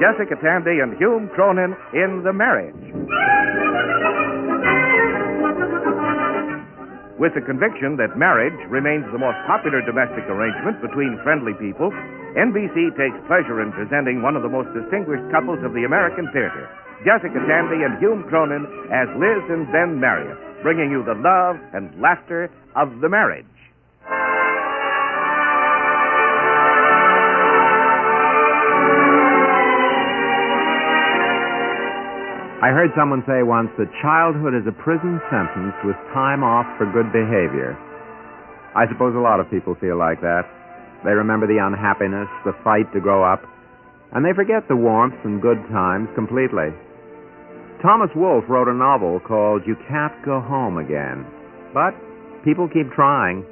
Jessica Tandy and Hume Cronin in The Marriage. With the conviction that marriage remains the most popular domestic arrangement between friendly people, NBC takes pleasure in presenting one of the most distinguished couples of the American theater, Jessica Tandy and Hume Cronin as Liz and Ben Marriott, bringing you the love and laughter of the marriage. I heard someone say once that childhood is a prison sentence with time off for good behavior. I suppose a lot of people feel like that. They remember the unhappiness, the fight to grow up, and they forget the warmth and good times completely. Thomas Wolfe wrote a novel called You Can't Go Home Again, but people keep trying.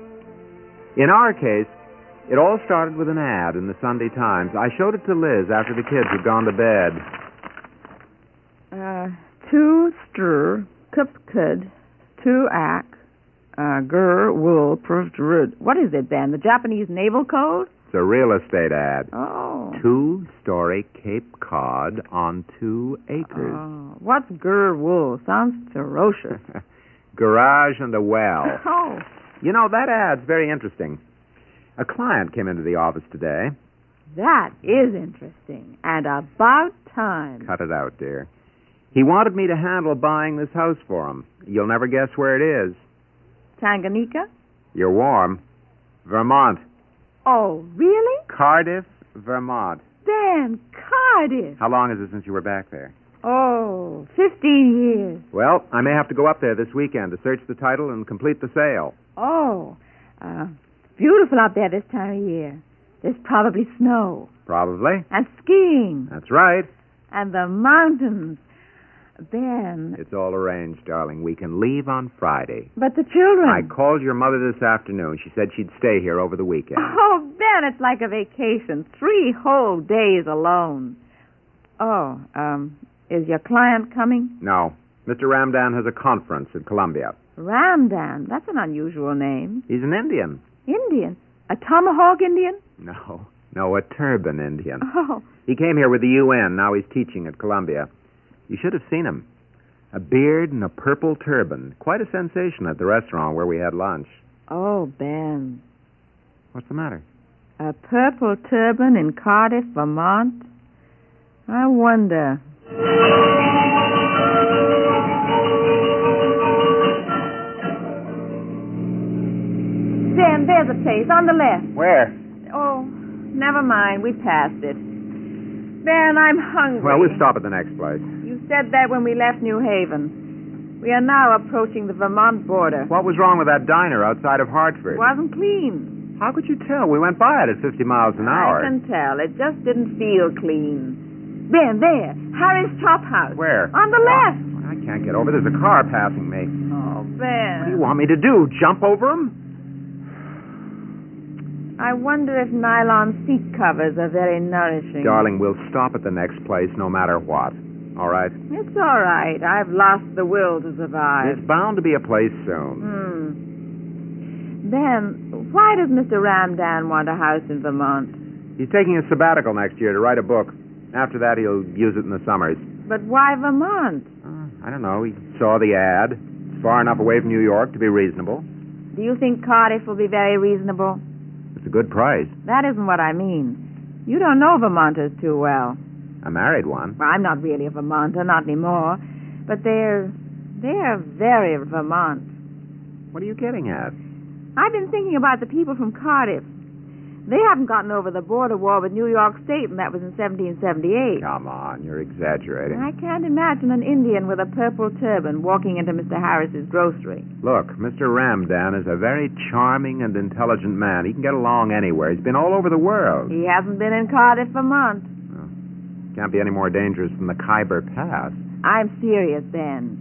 In our case, it all started with an ad in the Sunday Times. I showed it to Liz after the kids had gone to bed. Uh, two stir, cupcud, two ak, uh, gur, wool, proved rud. What is it, Ben? The Japanese naval code? It's a real estate ad. Oh. Two story Cape Cod on two acres. Oh. What's gur wool? Sounds ferocious. Garage and a well. Oh. you know, that ad's very interesting. A client came into the office today. That is interesting. And about time. Cut it out, dear. He wanted me to handle buying this house for him. You'll never guess where it is. Tanganyika? You're warm. Vermont. Oh, really? Cardiff, Vermont. Ben, Cardiff. How long is it since you were back there? Oh, 15 years. Well, I may have to go up there this weekend to search the title and complete the sale. Oh, uh, beautiful out there this time of year. There's probably snow Probably. and skiing That's right. and the mountains. Ben, It's all arranged, darling. We can leave on Friday. but the children. I called your mother this afternoon. She said she'd stay here over the weekend. Oh, Ben, it's like a vacation. Three whole days alone. Oh, um, is your client coming? No. Mr. Ramdan has a conference in Columbia. Ramdan. That's an unusual name. He's an Indian. Indian. A tomahawk Indian? No. No, a turban Indian. Oh, He came here with the UN. Now he's teaching at Columbia. You should have seen him. A beard and a purple turban. Quite a sensation at the restaurant where we had lunch. oh, Ben. What's the matter? A purple turban in Cardiff, Vermont? I wonder. Ben, there's a place on the left. Where? Oh, never mind. We passed it. Ben, I'm hungry. Well, we'll stop at the next place. You said that when we left New Haven. We are now approaching the Vermont border. What was wrong with that diner outside of Hartford? Wasn't clean. How could you tell? We went by it at 50 miles an hour. I can tell. It just didn't feel clean. Ben, there. Harry's Chop House. Where? On the left. I can't get over. There's a car passing me. Oh, What do you Ben. want me to do? Jump over him? I wonder if nylon seat covers are very nourishing. Darling, we'll stop at the next place no matter what. All right? It's all right. I've lost the will to survive. It's bound to be a place soon. Hmm. Ben, why does Mr. Ramdan want a house in Vermont? He's taking a sabbatical next year to write a book. After that, he'll use it in the summers. But why Vermont? Uh, I don't know. He saw the ad. It's far enough away from New York to be reasonable. Do you think Cardiff will be very reasonable? It's a good price. That isn't what I mean. You don't know Vermonters too well. I married one. Well, I'm not really a Vermonter, not anymore. But they're they're very Vermont. What are you getting at? I've been thinking about the people from Cardiff. They haven't gotten over the border war with New York State, and that was in 1778. Come on, you're exaggerating. I can't imagine an Indian with a purple turban walking into Mr. Harris's grocery. Look, Mr. Ramdan is a very charming and intelligent man. He can get along anywhere. He's been all over the world. He hasn't been in Cardiff for months. Can't be any more dangerous than the Khyber Pass. I'm serious, Ben.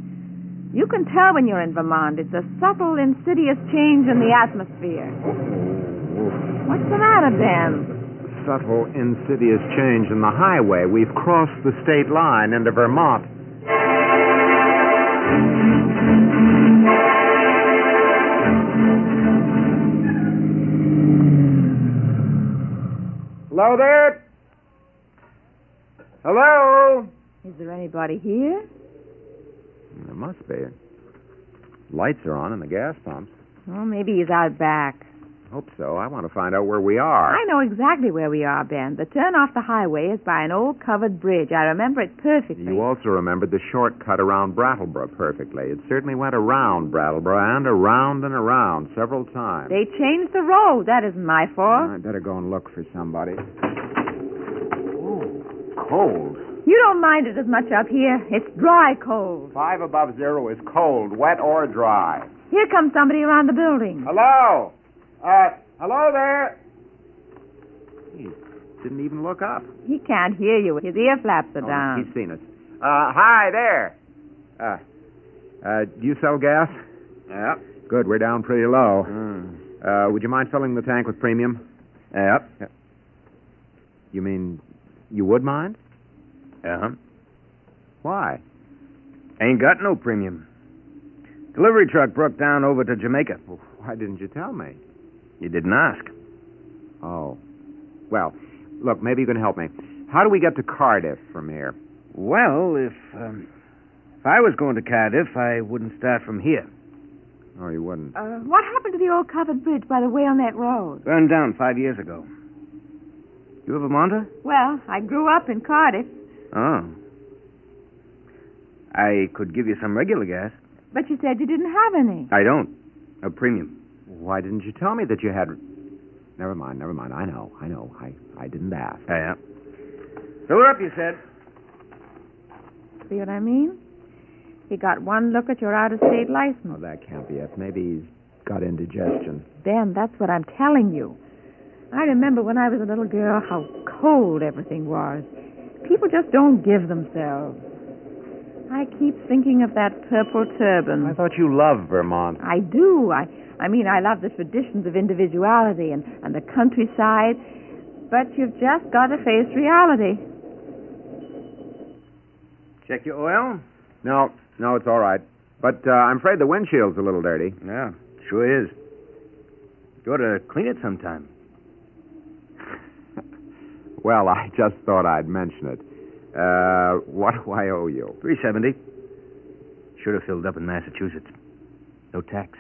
You can tell when you're in Vermont. It's a subtle, insidious change in the atmosphere. What's the matter, Ben? Subtle, insidious change in the highway. We've crossed the state line into Vermont. Hello there. Hello? Is there anybody here? There must be. Lights are on in the gas pumps. Oh, maybe he's out back. Hope so. I want to find out where we are. I know exactly where we are, Ben. The turn off the highway is by an old covered bridge. I remember it perfectly. You also remembered the shortcut around Brattleboro perfectly. It certainly went around Brattleboro and around and around several times. They changed the road. That isn't my fault. I'd better go and look for somebody. cold. You don't mind it as much up here. It's dry cold. Five above zero is cold, wet or dry. Here comes somebody around the building. Hello? Uh, hello there? He didn't even look up. He can't hear you. His ear flaps are Oh, down. He's seen us. Uh, hi there. Uh, uh, do you sell gas? Yep. Good, we're down pretty low. Mm. Uh, would you mind filling the tank with premium? Yep. You mean you would mind? Uh-huh. Why? Ain't got no premium. Delivery truck broke down over to Jamaica. Well, why didn't you tell me? You didn't ask. Oh. Well, look, maybe you can help me. How do we get to Cardiff from here? Well, if um, if I was going to Cardiff, I wouldn't start from here. Oh, you wouldn't. Uh, what happened to the old covered bridge by the way on that road? Burned down five years ago. You a Vermonter? Well, I grew up in Cardiff, Oh. I could give you some regular gas. but you said you didn't have any. I don't. A premium. Why didn't you tell me that you had. Never mind, never mind. I know, I know. I, I didn't ask. Yeah. Fill her up, you said. See what I mean? He got one look at your out of state license. Oh, that can't be it. Maybe he's got indigestion. Ben, that's what I'm telling you. I remember when I was a little girl how cold everything was. People just don't give themselves. I keep thinking of that purple I turban. thought you loved Vermont. I do. I, I mean, I love the traditions of individuality and, and the countryside, but you've just got to face reality. Check your oil. No, no, it's all right. But uh, I'm afraid the windshield's a little dirty. Yeah, sure is. You ought to clean it sometime. Well, I just thought I'd mention it. Uh, what do I owe you? 370. Should have filled up in Massachusetts. No tax.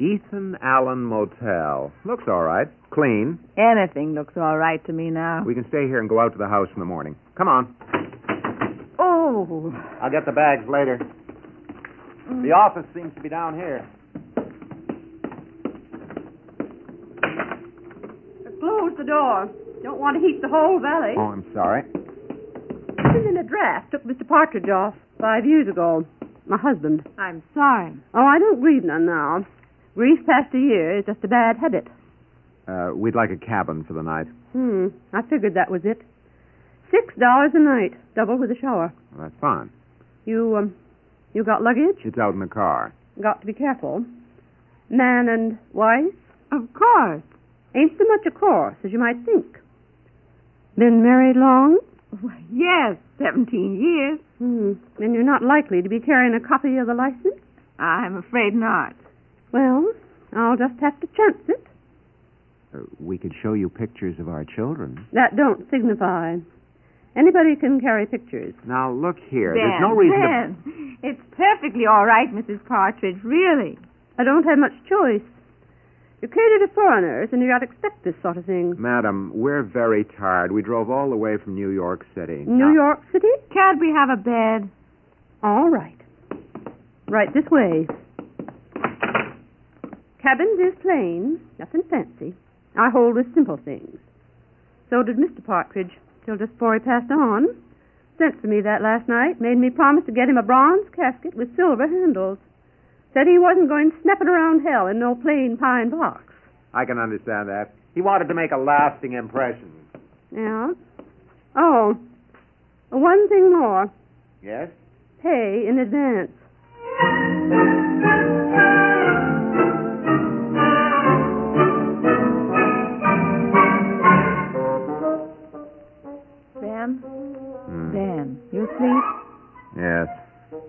Ethan Allen Motel. Looks all right. Clean. Anything looks all right to me now. We can stay here and go out to the house in the morning. Come on. Oh, I'll get the bags later. The office seems to be down here. close the door. Don't want to heat the whole valley. Oh, I'm sorry. This is an address. Took Mr. Partridge off five years ago. My husband. I'm sorry. Oh, I don't grieve none now. Grief past a year is just a bad habit. Uh, we'd like a cabin for the night. Hmm. I figured that was it. Six dollars a night, double with a shower. Well, that's fine. You, um, you got luggage? It's out in the car. Got to be careful. Man and wife? Of course. Ain't so much a course as you might think. Been married long? Yes, 17 years. Hmm. Then you're not likely to be carrying a copy of the license? I'm afraid not. Well, I'll just have to chance it. Uh, we could show you pictures of our children. That don't signify. Anybody can carry pictures. Now, look here. ben, There's no reason to. Ben, it's perfectly all right, Mrs. Partridge, really. I don't have much choice. You cater to foreigners, and you got to expect this sort of thing. Madam, we're very tired. We drove all the way from New York City. New York City? Can't we have a bed? All right. Right this way. Cabins is plain, nothing fancy. I hold with simple things. So did Mr. Partridge, till just before he passed on. Sent for me that last night, made me promise to get him a bronze casket with silver handles. Said he wasn't going snapping around hell in no plain pine box. I can understand that. He wanted to make a lasting impression. Yeah. Oh, one thing more. Yes? Pay in advance. Ben, Ben, you asleep? Hmm. Yes.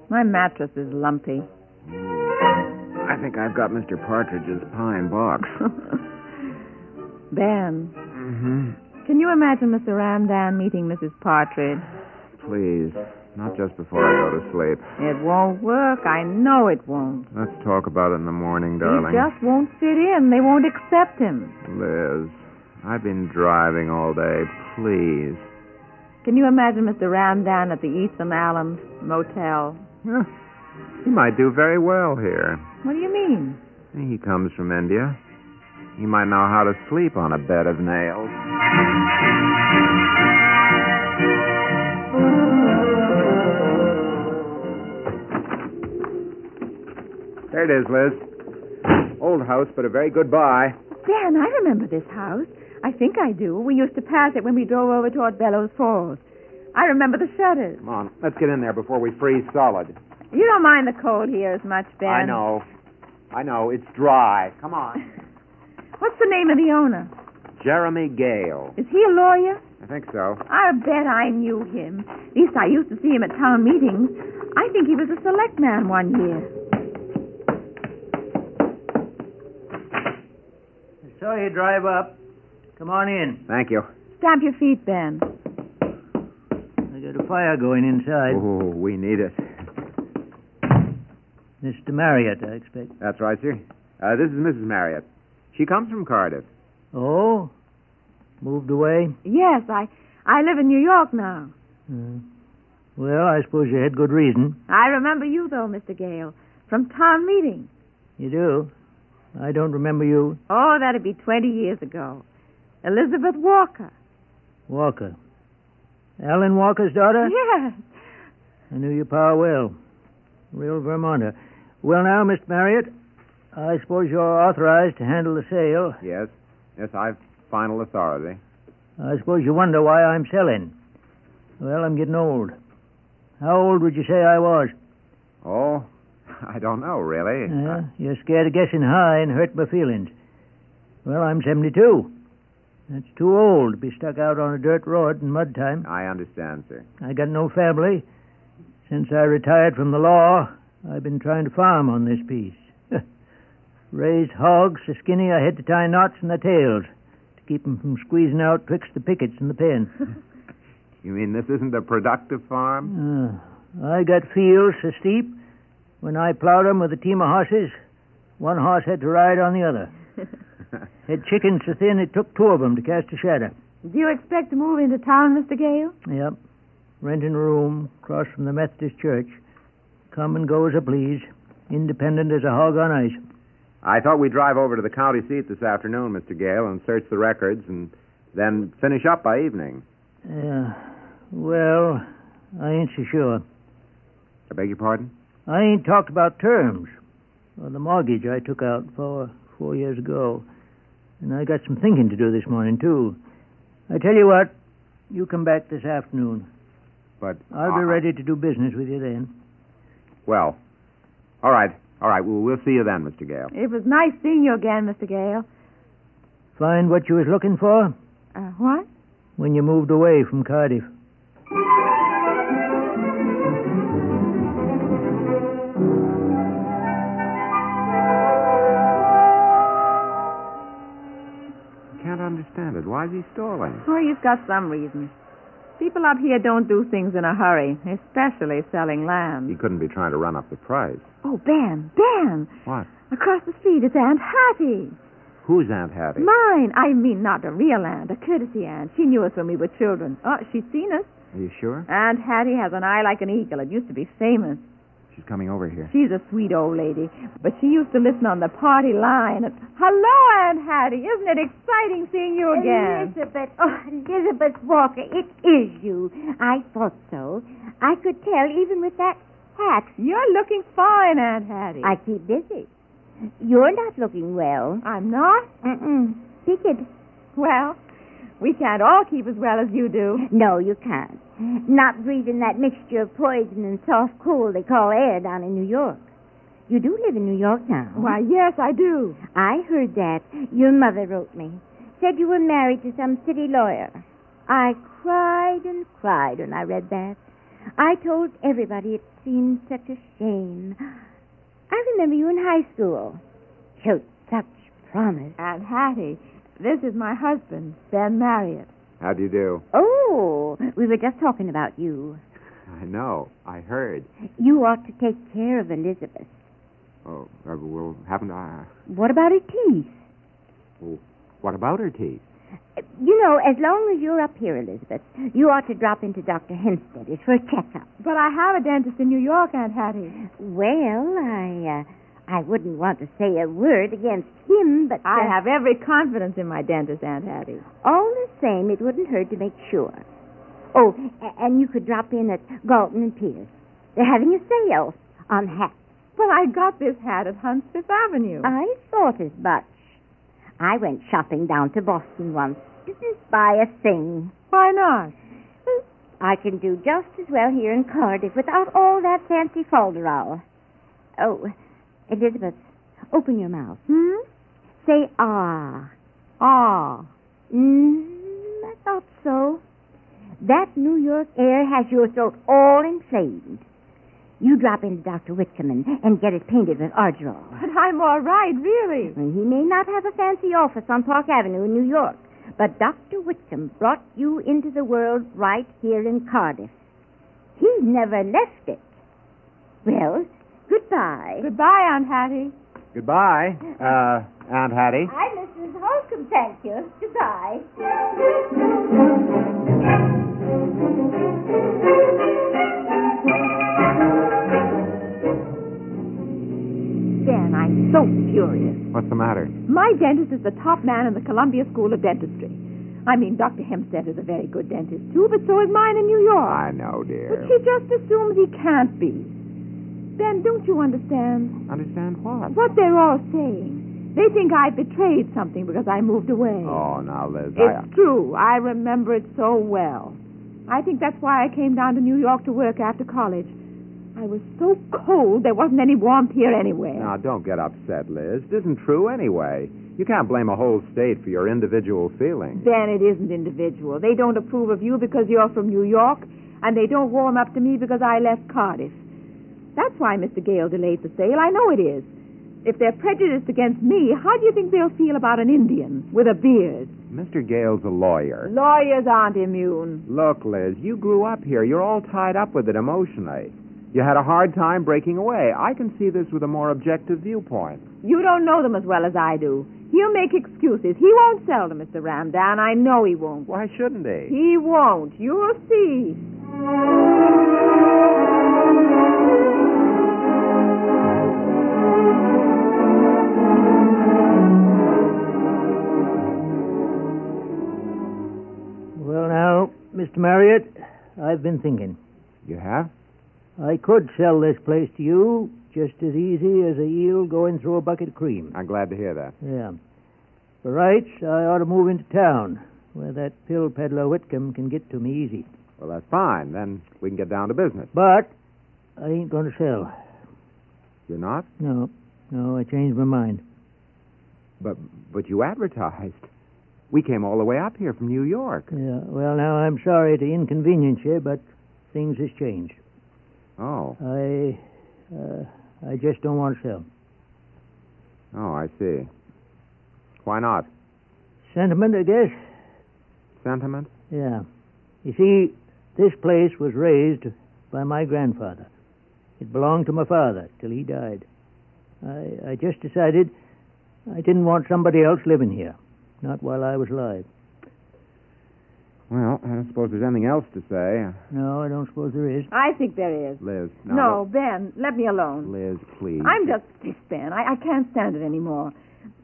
My mattress is lumpy. I think I've got Mr. Partridge's pine box. ben, mm-hmm. can you imagine Mr. Ramdan meeting Mrs. Partridge? Please, not just before I go to sleep. It won't work. I know it won't. Let's talk about it in the morning, He darling. just won't fit in. They won't accept him. Liz, I've been driving all day. Please. Can you imagine Mr. Ramdan at the Eastern Alum Motel? Yeah, he might do very well here. What do you mean? He comes from India. He might know how to sleep on a bed of nails. There it is, Liz. Old house, but a very good buy. Ben, I remember this house. I think I do. We used to pass it when we drove over toward Bellows Falls. I remember the shutters. Come on, let's get in there before we freeze solid. You don't mind the cold here as much, Ben. I know. I know. It's dry. Come on. What's the name of the owner? Jeremy Gale. Is he a lawyer? I think so. I bet I knew him. At least I used to see him at town meetings. I think he was a select man one year. So you drive up. Come on in. Thank you. Stamp your feet, Ben. I got a fire going inside. Oh, we need it. Mr. Marriott, I expect. That's right, sir. Uh, this is Mrs. Marriott. She comes from Cardiff. Oh? Moved away? Yes, I, I live in New York now. Hmm. Well, I suppose you had good reason. I remember you, though, Mr. Gale, from town meeting. You do. I don't remember you. Oh, that'd be 20 years ago. Elizabeth Walker. Walker. Alan Walker's daughter? Yes. I knew your pa well. Real Vermonter. Well, now, Mr. Marriott, I suppose you're authorized to handle the sale. Yes. Yes, I've final authority. I suppose you wonder why I'm selling. Well, I'm getting old. How old would you say I was? Oh, I don't know, really. Uh, you're scared of guessing high and hurt my feelings. Well, I'm 72. That's too old to be stuck out on a dirt road in mud time. I understand, sir. I got no family. Since I retired from the law, I've been trying to farm on this piece. Raise hogs so skinny I had to tie knots in their tails to keep 'em from squeezing out twixt the pickets in the pen. You mean this isn't a productive farm? Uh, I got fields so steep, when I plowed 'em with a team of horses, one horse had to ride on the other. Had chickens so thin it took two of 'em to cast a shadow. Do you expect to move into town, Mr. Gale? Yep. Renting a room across from the Methodist Church. Come and go as I please. Independent as a hog on ice. I thought we'd drive over to the county seat this afternoon, Mr. Gale, and search the records and then finish up by evening. Uh, well, I ain't so sure. I beg your pardon? I ain't talked about terms or the mortgage I took out four, four years ago. And I got some thinking to do this morning, too. I tell you what, you come back this afternoon. But I'll be Uh, ready to do business with you then. Well, all right. All right. Well, we'll see you then, Mr. Gale. It was nice seeing you again, Mr. Gale. Find what you was looking for Uh, what? when you moved away from Cardiff. I can't understand it. Why is he stalling? Oh, you've got some reason. People up here don't do things in a hurry, especially selling He land. couldn't be trying to run up the price. Oh, Ben, Ben! What? Across the street is Aunt Hattie. Who's Aunt Hattie? Mine. I mean, not a real aunt, a courtesy aunt. She knew us when we were children. Oh, she's seen us. Are you sure? Aunt Hattie has an eye like an eagle. It used to be famous. She's coming over here. She's a sweet old lady, but she used to listen on the party line. And, Hello, Aunt Hattie. Isn't it exciting seeing you again? Elizabeth, oh, Elizabeth Walker, it is you. I thought so. I could tell even with that hat. You're looking fine, Aunt Hattie. I keep busy. You're not looking well. I'm not. Mm-mm. Picket. Well, we can't all keep as well as you do. No, you can't. Not breathing that mixture of poison and soft cool they call air down in New York. You do live in New York now. Why, yes, I do. I heard that. Your mother wrote me. Said you were married to some city lawyer. I cried and cried when I read that. I told everybody it seemed such a shame. I remember you in high school. Showed such promise. Aunt Hattie, this is my husband, Ben Marriott. How do you do? Oh, we were just talking about you. I know. I heard. You ought to take care of Elizabeth. Oh, uh, well, haven't I? What about her teeth? Well, what about her teeth? You know, as long as you're up here, Elizabeth, you ought to drop into Dr. Hempstead's for a checkup. But I have a dentist in New York, Aunt Hattie. Well, I, uh, I wouldn't want to say a word against him, but I uh, have every confidence in my dentist, Aunt Hattie. all the same, it wouldn't hurt to make sure. Oh, a- and you could drop in at Galton and Pierce. They're having a sale on hats. Well, I got this hat at Hunts Fifth Avenue. I thought as much. I went shopping down to Boston once. Didn't buy a thing. Why not? I can do just as well here in Cardiff without all that fancy folderol. Oh, Elizabeth, open your mouth. Hmm? Say ah. Ah. Mm, I thought so. That New York air has your throat all inflamed. You drop into Dr. Whitcomb and, and get it painted with Argerol. But I'm all right, really. And He may not have a fancy office on Park Avenue in New York, but Dr. Whitcomb brought you into the world right here in Cardiff. He never left it. Well, goodbye. Goodbye, Aunt Hattie. Goodbye, uh, Aunt Hattie. I, Mrs. Holcomb, thank you. Goodbye. Ben, I'm so furious. What's the matter? My dentist is the top man in the Columbia School of Dentistry. I mean, Dr. Hempstead is a very good dentist, too, but so is mine in New York. I know, But dear. she just assumes he can't be. Ben, don't you understand Understand what? what they're all saying? They think I betrayed something because I moved away. Oh, now, Liz, I... It's true. I remember it so well. I think that's why I came down to New York to work after college. I was so cold there wasn't any warmth here anywhere. Now, don't get upset, Liz. It isn't true anyway. You can't blame a whole state for your individual feelings. Then it isn't individual. They don't approve of you because you're from New York, and they don't warm up to me because I left Cardiff. That's why Mr. Gale delayed the sale. I know it is. If they're prejudiced against me, how do you think they'll feel about an Indian with a beard? Mr. Gale's a lawyer. Lawyers aren't immune. Look, Liz, you grew up here. You're all tied up with it emotionally. You had a hard time breaking away. I can see this with a more objective viewpoint. You don't know them as well as I do. He'll make excuses. He won't sell to Mr. Ramdan. I know he won't. Why shouldn't he? He won't. You'll see. Well, now, Mr. Marriott, I've been thinking. You have? I could sell this place to you just as easy as a eel going through a bucket of cream. I'm glad to hear that. Yeah. For rights, I ought to move into town where that pill peddler Whitcomb can get to me easy. Well, that's fine. Then we can get down to business. But I ain't going to sell. You're not? No, no, I changed my mind. But but you advertised. We came all the way up here from New York. Yeah, well, now, I'm sorry to inconvenience you, but things has changed. Oh, I, uh, I just don't want to sell. oh, I see. Why not? Sentiment, I guess? Sentiment? Yeah. You see, this place was raised by my grandfather. It belonged to my father till he died. I, I just decided I didn't want somebody else living here, not while I was alive. Well, I don't suppose there's anything else to say. No, I don't suppose there is. I think there is. Liz. No, Ben, let me look, alone. Liz, please. I'm just pissed, Ben. I, I can't stand it anymore.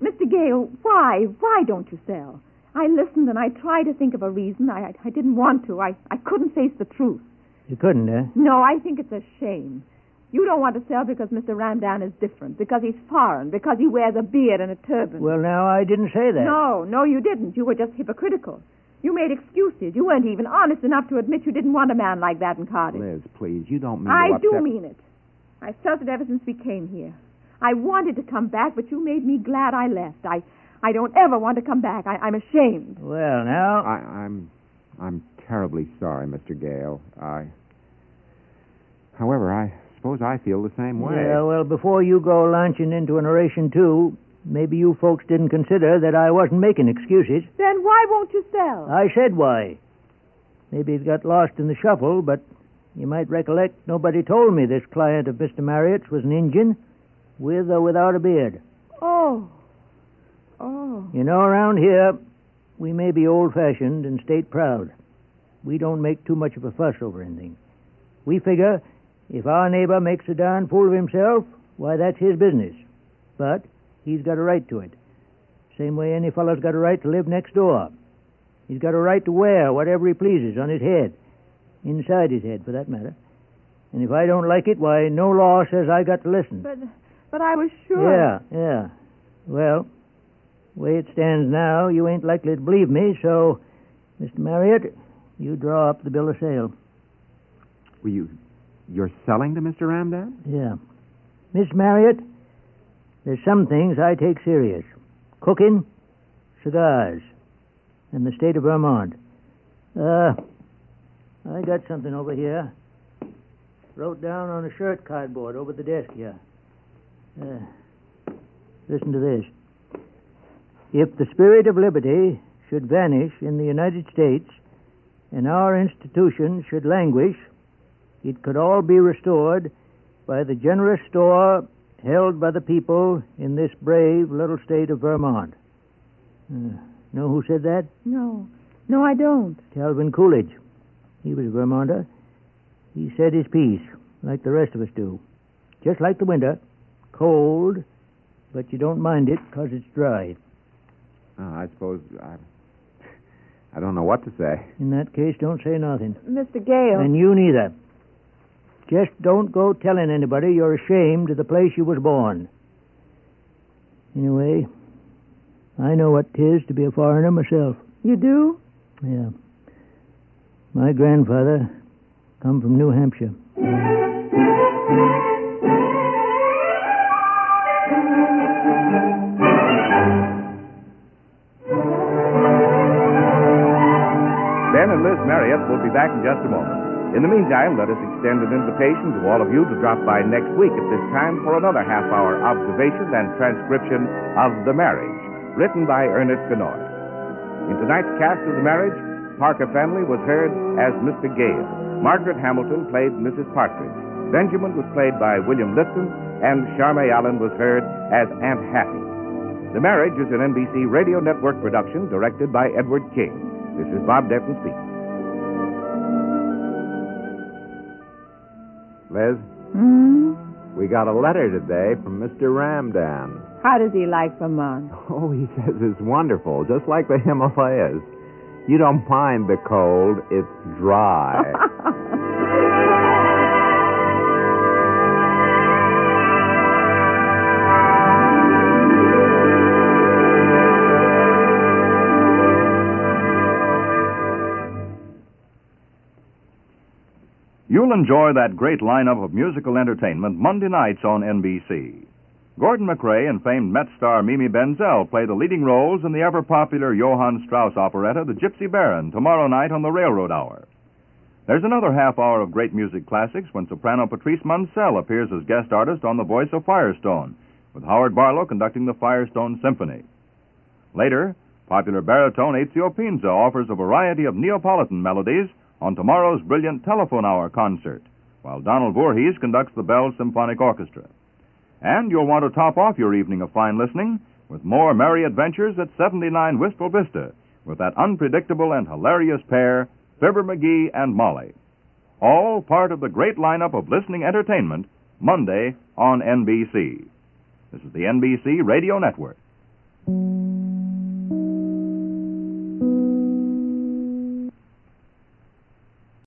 Mr. Gale, why, why don't you sell? I listened and I tried to think of a reason. I, I, I didn't want to. I, I couldn't face the truth. You couldn't, eh? No, I think it's a shame. You don't want to sell because Mr. Ramdan is different, because he's foreign, because he wears a beard and a turban. Well, now, I didn't say that. no, no, you didn't. You were just hypocritical. You made excuses. You weren't even honest enough to admit you didn't want a man like that in Cardiff. Liz, please. You don't mean I to upset... do mean it. I felt it ever since we came here. I wanted to come back, but you made me glad I left. I, I don't ever want to come back. I, I'm ashamed. Well, now, I, I'm I'm terribly sorry, Mr. Gale. I However, I suppose I feel the same way. Yeah, well, before you go launching into an oration, too, maybe you folks didn't consider that I wasn't making excuses. Then why won't you Oh. sell? I said why. Maybe it got lost in the shuffle, but you might recollect nobody told me this client of Mr. Marriott's was an Injun, with or without a beard. Oh. Oh. You know, around here, we may be old fashioned and state proud. We don't make too much of a fuss over anything. We figure if our neighbor makes a darn fool of himself, why, that's his business. But he's got a right to it. Same way any fellow's got a right to live next door. He's got a right to wear whatever he pleases on his head, inside his head, for that matter. And if I don't like it, why, no law says I got to listen. But but I was sure. Yeah, yeah. Well, the way it stands now, you ain't likely to believe me, so, Mr. Marriott, you draw up the bill of sale. Well, you, you're selling to Mr. Ramdan? Yeah. Miss Marriott, there's some things I take serious. Cooking, cigars, and the state of Vermont. Uh, I got something over here. Wrote down on a shirt cardboard over the desk here. Uh, listen to this. If the spirit of liberty should vanish in the United States and our institutions should languish, it could all be restored by the generous store held by the people in this brave little state of Vermont. Uh, know who said that? No. No, I don't. Calvin Coolidge. He was a Vermonter. He said his piece, like the rest of us do. Just like the winter. Cold, but you don't mind it 'cause it's dry. Oh, Uh, I suppose I, I don't know what to say. In that case, don't say nothing. Mr. Gale. And you neither. Just don't go telling anybody you're ashamed of the place you was born. Anyway, I know what 'tis to be a foreigner myself. you do? Yeah. My grandfather come from New Hampshire. Ben and Liz Marriott will be back in just a moment. In the meantime, let us extend an invitation to all of you to drop by next week at this time for another half hour observation and transcription of The Marriage, written by Ernest Canoy. In tonight's cast of The Marriage, Parker Fenley was heard as Mr. Gale. Margaret Hamilton played Mrs. Partridge. Benjamin was played by William Lipton, and Charme Allen was heard as Aunt Hattie. The Marriage is an NBC Radio Network production directed by Edward King. This is Bob Denton speaking. Liz, Hmm? Mm-hmm. we got a letter today from Mr. Ramdan. How does he like Vermont? Oh, he says it's wonderful, just like the Himalayas. You don't mind the cold, it's dry. You'll enjoy that great lineup of musical entertainment Monday nights on NBC. Gordon McRae and famed Met star Mimi Benzel play the leading roles in the ever popular Johann Strauss operetta, The Gypsy Baron, tomorrow night on the Railroad Hour. There's another half hour of great music classics when soprano Patrice Munsell appears as guest artist on The Voice of Firestone, with Howard Barlow conducting the Firestone Symphony. Later, popular baritone Ezio Pinza offers a variety of Neapolitan melodies on tomorrow's brilliant Telephone Hour concert, while Donald Voorhees conducts the Bell Symphonic Orchestra. And you'll want to top off your evening of fine listening with more merry adventures at 79 Wistful Vista with that unpredictable and hilarious pair, Fibber McGee and Molly. All part of the great lineup of listening entertainment Monday on NBC. This is the NBC Radio Network.